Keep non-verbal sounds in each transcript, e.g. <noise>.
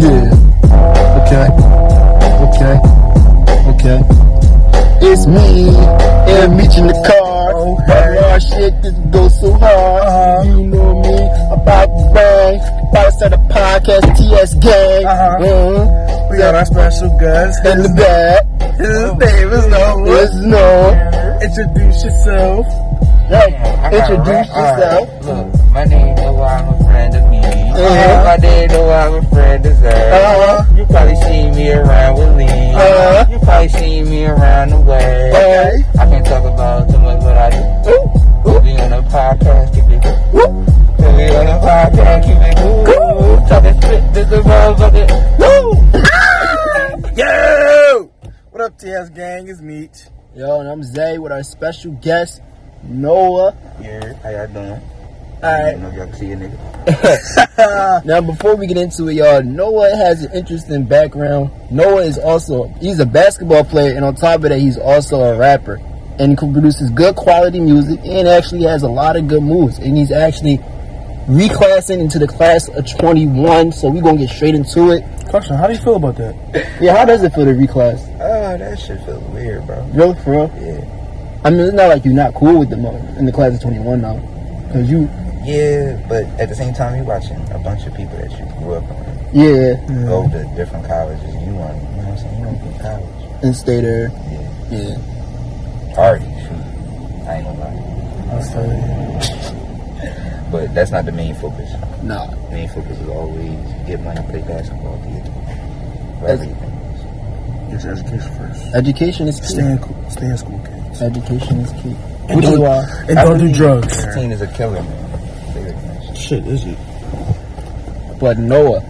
Yeah. Okay. Okay. Okay. It's me. And meet in the car. Okay. Oh, shit, this goes so hard. You know me. About the bang. About to start a podcast, TS gang. Uh-huh. Mhm. We got our special guest. <laughs> In the back. His Oh, name is Noah. Let's know. Introduce yourself. Yeah. Okay, Introduce all right, yourself. all right. Look, my name is I'm a friend of me. Uh-huh. My name is I'm a friend of her. Uh-huh. You probably seen me around with Lee. Uh-huh. You probably seen me around the way. Okay. I can't talk about too much what I do. Ooh. We on a podcast, keep it cool. We on a podcast, keep it cool. Talking shit, this is motherfucker. Yo! What up, TS gang? It's Meech. Yo, and I'm Zay with our special guest, Noah. Yeah, how y'all doing? I Alright. don't know if y'all can see a nigga. <laughs> Now, before we get into it, y'all, Noah has an interesting background. Noah is also he's a basketball player, and on top of that, he's also a rapper, and he produces good quality music, and actually has a lot of good moves, and he's actually reclassing into the class of 21. So we're gonna get straight into it. Question, how do you feel about that? Yeah, how does it feel to reclass? Oh, that shit feels weird, bro. Real for real. Yeah. I mean, it's not like you're not cool with them uh, in the class of 21 now, because you, Yeah, but at the same time, you're watching a bunch of people that you grew up on yeah, go to different colleges. You want, you know what I'm saying? You want to go to college. and stay there. Yeah. Yeah. Already, shoot. I ain't gonna lie. But that's not the main focus. Nah. The main focus is always get money, play basketball, theater. That's- Everything. It's education first. Education is key. Stay in, co- stay in school, kids. Education is key. And Which is don't- why And don't do drugs. 16 is a killer, man. They recognize you. Shit, is it? but Noah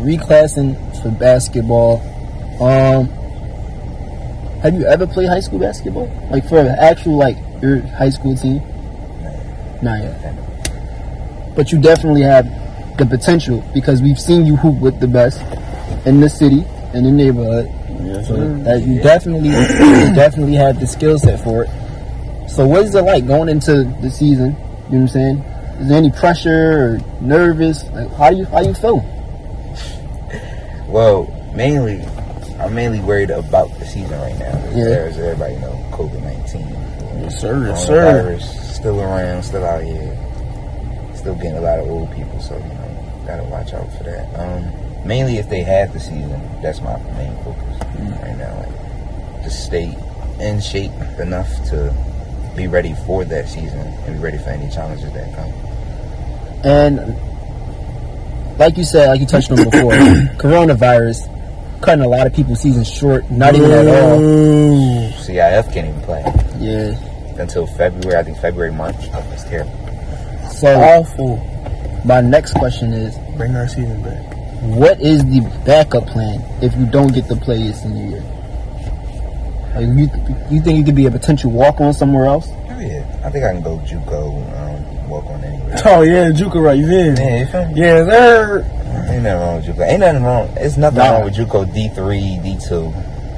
reclassing for basketball. Um have you ever played high school basketball? Like for an actual like your high school team? Not yet. But you definitely have the potential because we've seen you hoop with the best in the city, in the neighborhood. So Mm. Mm. that you definitely you <coughs> definitely have the skill set for it. So what is it like going into the season? You know what I'm saying? Is there any pressure or nervous? Like how you how you feel? Well, mainly, I'm mainly worried about the season right now. Yeah. As everybody know, COVID-19. Yes, sir. Yes, sir. coronavirus still around, still out here, still getting a lot of old people. So you know, gotta watch out for that. Um, mainly if they have the season, that's my main focus Mm. right now. Like, just stay in shape enough to be ready for that season and be ready for any challenges that come. And like you said, like you touched on before, coronavirus cutting a lot of people's season short, not even at Mm. all. Ooh. CIF can't even play Yeah. until February. I think February, March. Oh, it's terrible. So Awful. my next question is, Bring our season back. what is the backup plan if you don't get to play your senior year? Like you, you think you could be a potential walk on somewhere else? Oh yeah, I think I can go JUCO, um, walk on anywhere. <laughs> Oh, yeah, Juca right. You in? Yeah, you feel me? Yeah, sir. Ain't nothing wrong with JUCO. Ain't nothing wrong. It's nothing Nah. wrong with JUCO D three, D two.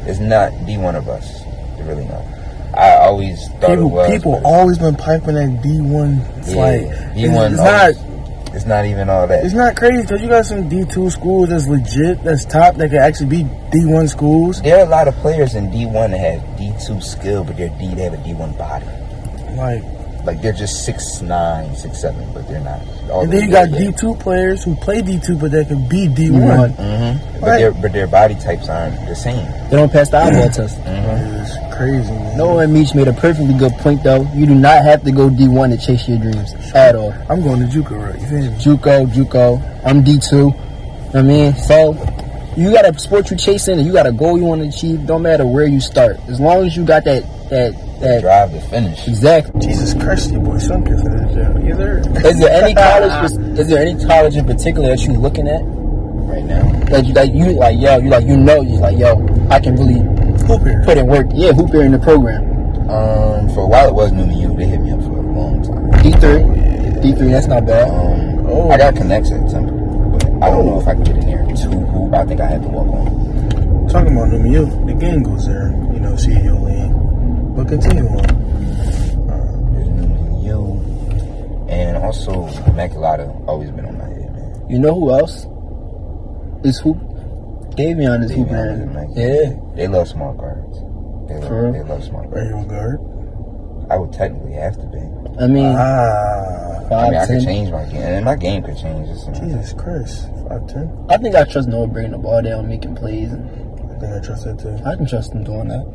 It's not D one of us. It really not. I always thought it People, was. people but always been piping that D1. It's Yeah, like, D1 it's, it's not. always- it's not even all that. It's not crazy because you got some D two schools that's legit, that's top, that could actually be D one schools. There are a lot of players in D one that have D two skill, but they're D. They have a D one body. Like, Like they're just six nine, six seven, but they're not. Oh, All and then you got D two players who play D two, but they could be D one. Mm-hmm. But Right. their but their body types aren't the same. They don't pass the eyeball test. Mm-hmm. It's crazy, man. Noah and Meach made a perfectly good point though. You do not have to go D1 to chase your dreams at all. I'm going to JUCO right. You feel me? JUCO, JUCO. I'm D2. I mean, so you got a sport you chasing and you got a goal you want to achieve. Don't matter where you start, as long as you got that that They that drive to finish. exact. Jesus Christ, you boy, some kids in this gym. Either Is there any <laughs> college? Is there any college in particular that you looking at? Right now, That you like you like yo you like you know you like yo I can really hoop here. put in work. Yeah, hoop here in the program. um, for a while it was new to you. They hit me up for a long time. D3, D3. That's not bad. Um, Oh. I got connects at Temple, but I don't know if I can get in there to hoop. I think I have to walk on. Talking about Numi, you the game goes there. You know, CEO lean. But continue on. There's Newman U, and also Immaculata always been on my head, man. You know who else? is hoop. Davion is hoop Davion is a man. Nike. Yeah. They love small guards. They love, For real? they love small Are guards. you on guard? I would technically have to be. I mean, Ah, I five, mean, I could ten. change my game. And my game could change. It's, Jesus Christ, five ten. I think I trust Noah bringing the ball down, making plays. I think I trust that too. I can trust him doing that.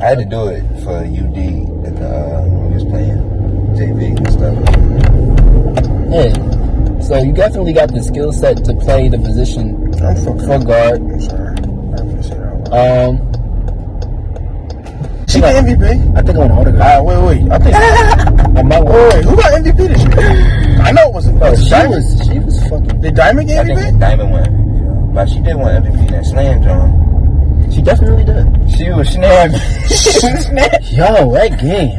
I had to do it for UD at the, uh, when we was playing JV and stuff. Yeah. So you definitely got the skill set to play the position Oh, I'm fucking. for guard. I'm sorry. I'm gonna say that out loud. Um, She got MVP. I think I want to autograph. Ah, wait, wait. I think. <laughs> I might want. wait, wait, who got MVP this year? I know it wasn't. Oh, Was she Diamond. was, she was fucking. Did Diamond get Oh, I think MVP? Diamond won MVP. But she did win MVP in that slam drum. She definitely did. She was snapping. Yo, that game.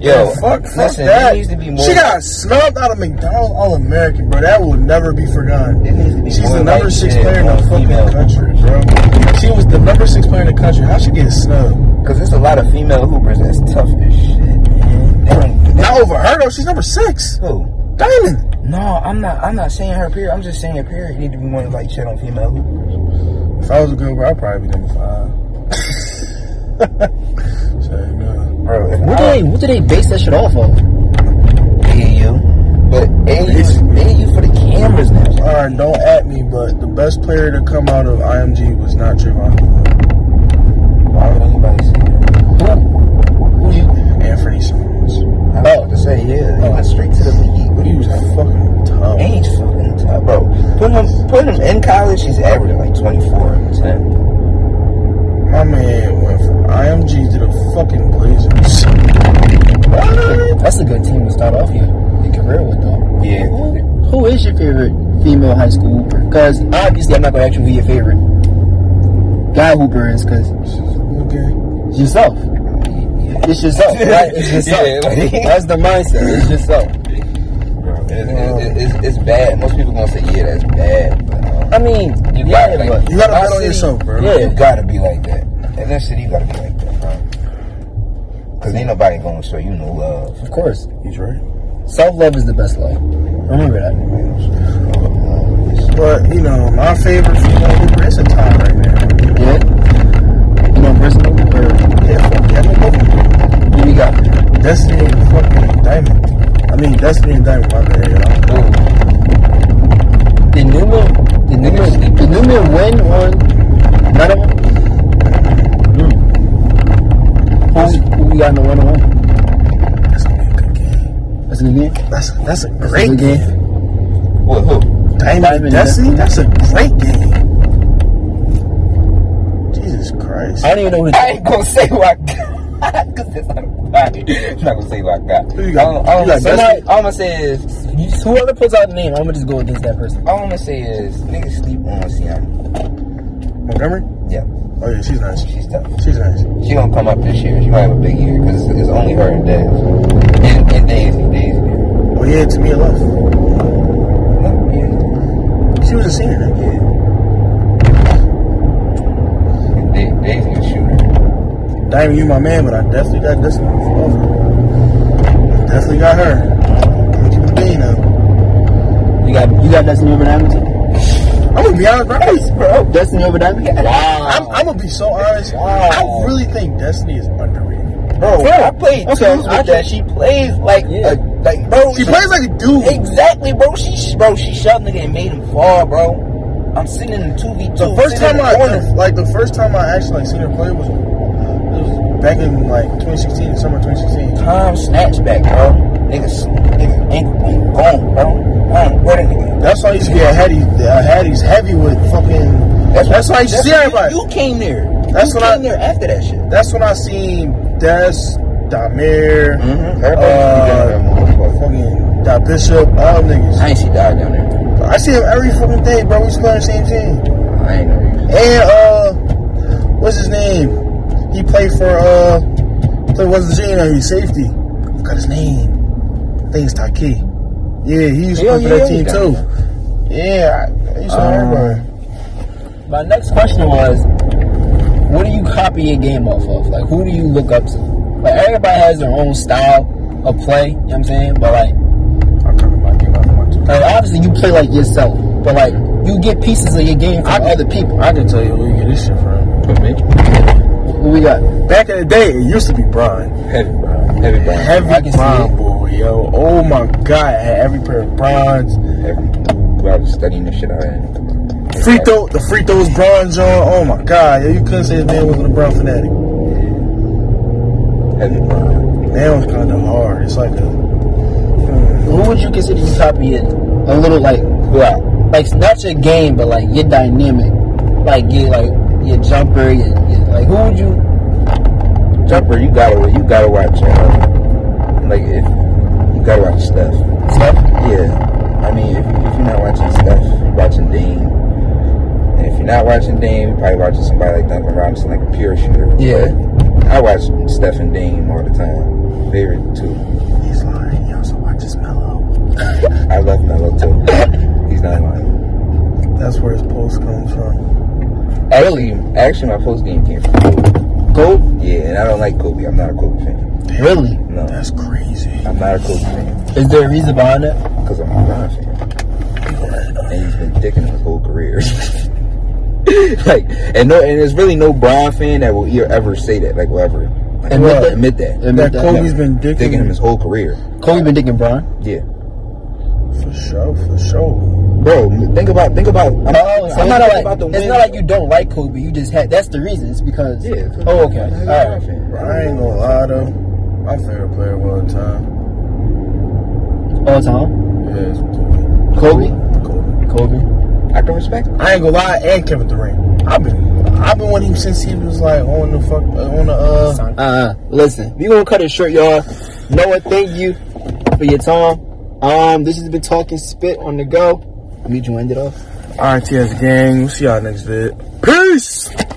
<laughs> Yo, <laughs> fuck, fuck listen, that. there needs to be more. She got snubbed out of McDonald's All American, bro. That will never be forgotten. There needs to be She's more the number like six shit, player in more the fucking female country, bro. She was the number six player in the country. How she get snubbed? Because there's a lot of female hoopers that's tough as shit, man. They don't, they Not over her though. She's number six. who? Diamond. No, I'm not. I'm not saying her period. I'm just saying her period need to be more like shit on female hoopers. If I was a good girl, I'd probably be number five. <laughs> so no. Bro, if What do I- they? What do they base that shit off of? AU. But AU is AU for the cameras now. All right, don't at me, but the best player to come out of IMG was not Javon Holland. Why would anybody say that? Who you? Anthony Simmons. I was about to say, yeah, he went straight to the league. What He was fucking tough. Age fucking tough, bro. Putting him, putting him in college, he's averaging like 24 and 10. My man went from IMG to the fucking Blazers. That's a good team to start off your, your career with, though. Yeah. Who, who is your favorite female high school hooper? Because obviously, I'm not gonna ask you who your favorite guy hooper is, because Okay. yourself. It's yourself, right? It's <laughs> yourself. Yeah. That's the mindset. It's yourself. Bro, it's, it's, it's, it's bad. Most people gonna say, yeah, that's bad. But, um, I mean, you yeah, gotta, like, but You gotta my bet on city- yourself, bro. Yeah. You gotta be like that. And that city, you gotta be like that, bro. Because ain't nobody gonna show you no love. of course, He's right. self love is the best love. Remember that. But, you know, my favorite female hooper is a tie right now. Yeah. You know, personal hooper. Yeah, fuck yeah. I mean, both of them. Who you got? Destiny and fucking Diamond. I mean, Destiny and Diamond, my bad, y'all. Did Numa, did Numa, did Numa win on none of them? Who, who we got in the one on one? That's gonna be a good game. That's in the game. That's, that's a great That's a good game. What, who? Diamond, Diamond, Destiny, that's a great game. Jesus Christ. I don't even know who. I ain't gonna say who I got. Because that's not a body. I'm not gonna say who I got. Who you got? All, all, You got somebody, Destiny? all I'm gonna say is, You, whoever puts out the name, I'm gonna just go against that person. all I'm gonna say is, niggas sleep on Sienna. Montgomery? Yeah, Oh, yeah, she's nice. she's tough. She's nice. She gonna come up this year. She might have a big year because it's, it's only her and Dez. <laughs> And, and Daisy, Daisy. Oh, yeah, to me, I left. No, yeah, She was a senior that year. yeah. Da- Daisy a shooter. Diamond, you my man, but I definitely got this one. Over. Definitely got her. I'm gonna keep it a bean now. You got you got Destiny over Diamond. I'm gonna be honest, right? Bro, Destiny over Diamond. I'm, Wow. I'm gonna be so honest. I really think Destiny is underrated. Bro, Yeah. I played Okay, twos with I that. She plays like Yeah. a, like bro. She plays like a dude. Exactly, bro. She bro, she shoved nigga and made him fall, bro. I'm sitting in the two v two. The first time I like the first time I actually like seen her play was, was back in like 2016, summer 2016. time snatchback, bro. Niggas, nigga, ankle boom, gone, bro. Gone, where the nigga? That's why I used to get a Hattie's, uh, Hattie's heavy with fucking. That's, why I used to see everybody. You, you came there. That's you what I- came there after that shit. That's when I seen Des, Damir, Mm-hmm. uh, fucking Da Bishop, all them niggas. I ain't see dog down there. I see him every fucking day, bro. We still on the same team. I ain't know. And uh, what's his name? He played for uh, played West Virginia. He's safety. I forgot his name. I think it's Taki. Yeah, he used to Yeah, play for that yeah, team yeah. too. Yeah, I, I used to Um, remember. My next question was, what do you copy your game off of? Like, who do you look up to? Like, everybody has their own style of play, you know what I'm saying? But, like, I'm talking about like obviously you play like yourself, but, like, you get pieces of your game from other people. I can tell you where you get this shit from. What we got? Back in the day, it used to be Brian. Heavy, Brian. Heavy, Brian. I Heavy can see Brian it. boy, yo. Oh my god, I had every pair of bronze. Every, I was studying the shit out of it. Free throw, the free throws bronze on. Oh my god, yo, you couldn't say this man wasn't a brown fanatic. Heavy, Brian. That was kind of hard. It's like a Who would you consider your top of your a little like Who out? like not your game, but like your dynamic, like your like your jumper, your, your- like who would you? Jumper, you gotta you gotta watch uh, like if you gotta watch stuff. Steph? Yeah. I mean if, if you're not watching stuff, you're watching Dame. And if you're not watching Dame, you're probably watching somebody like Duncan Robinson, like a pure shooter. Yeah. But I watch Steph and Dame all the time. Favorite too. he's lying. He also watches Mellow. I love Melo too. <coughs> He's not lying. That's where his post comes from. Actually actually my post game came from Kobe. Go Yeah, and I don't like Kobe. I'm not a Kobe fan. really? No. That's crazy. I'm not a Kobe fan. Is there a reason behind that? Because I'm a LeBron fan. and he's been dicking his whole career. <laughs> like, and no, and there's really no Brian fan that will e- ever say that, like, will ever like, Admit will that? admit that. Admit That that. Kobe's been Dicking him dicking his whole career. Kobe been digging Brian. Yeah, for sure, for sure. bro. m- Think about, think about. I'm, I'm so Oh, it's not like, about the win. It's not like you don't like Kobe. You just had. That's the reason. It's because. Yeah. it's- Oh, okay. He's a All Bron right. fan, bro. I ain't gonna lie though. My favorite player of all time All time. is Kobe. Kobe. Kobe. Kobe. I can respect. It. I ain't gonna lie, and Kevin Durant. I've been, I've been with him since he was like on the fuck, uh, on the uh. Uh, listen. We gonna cut it short, y'all. Noah, thank you for your time. Um, this has been talking spit on the go. We joined it off. RTS gang. We'll see y'all next vid. Peace.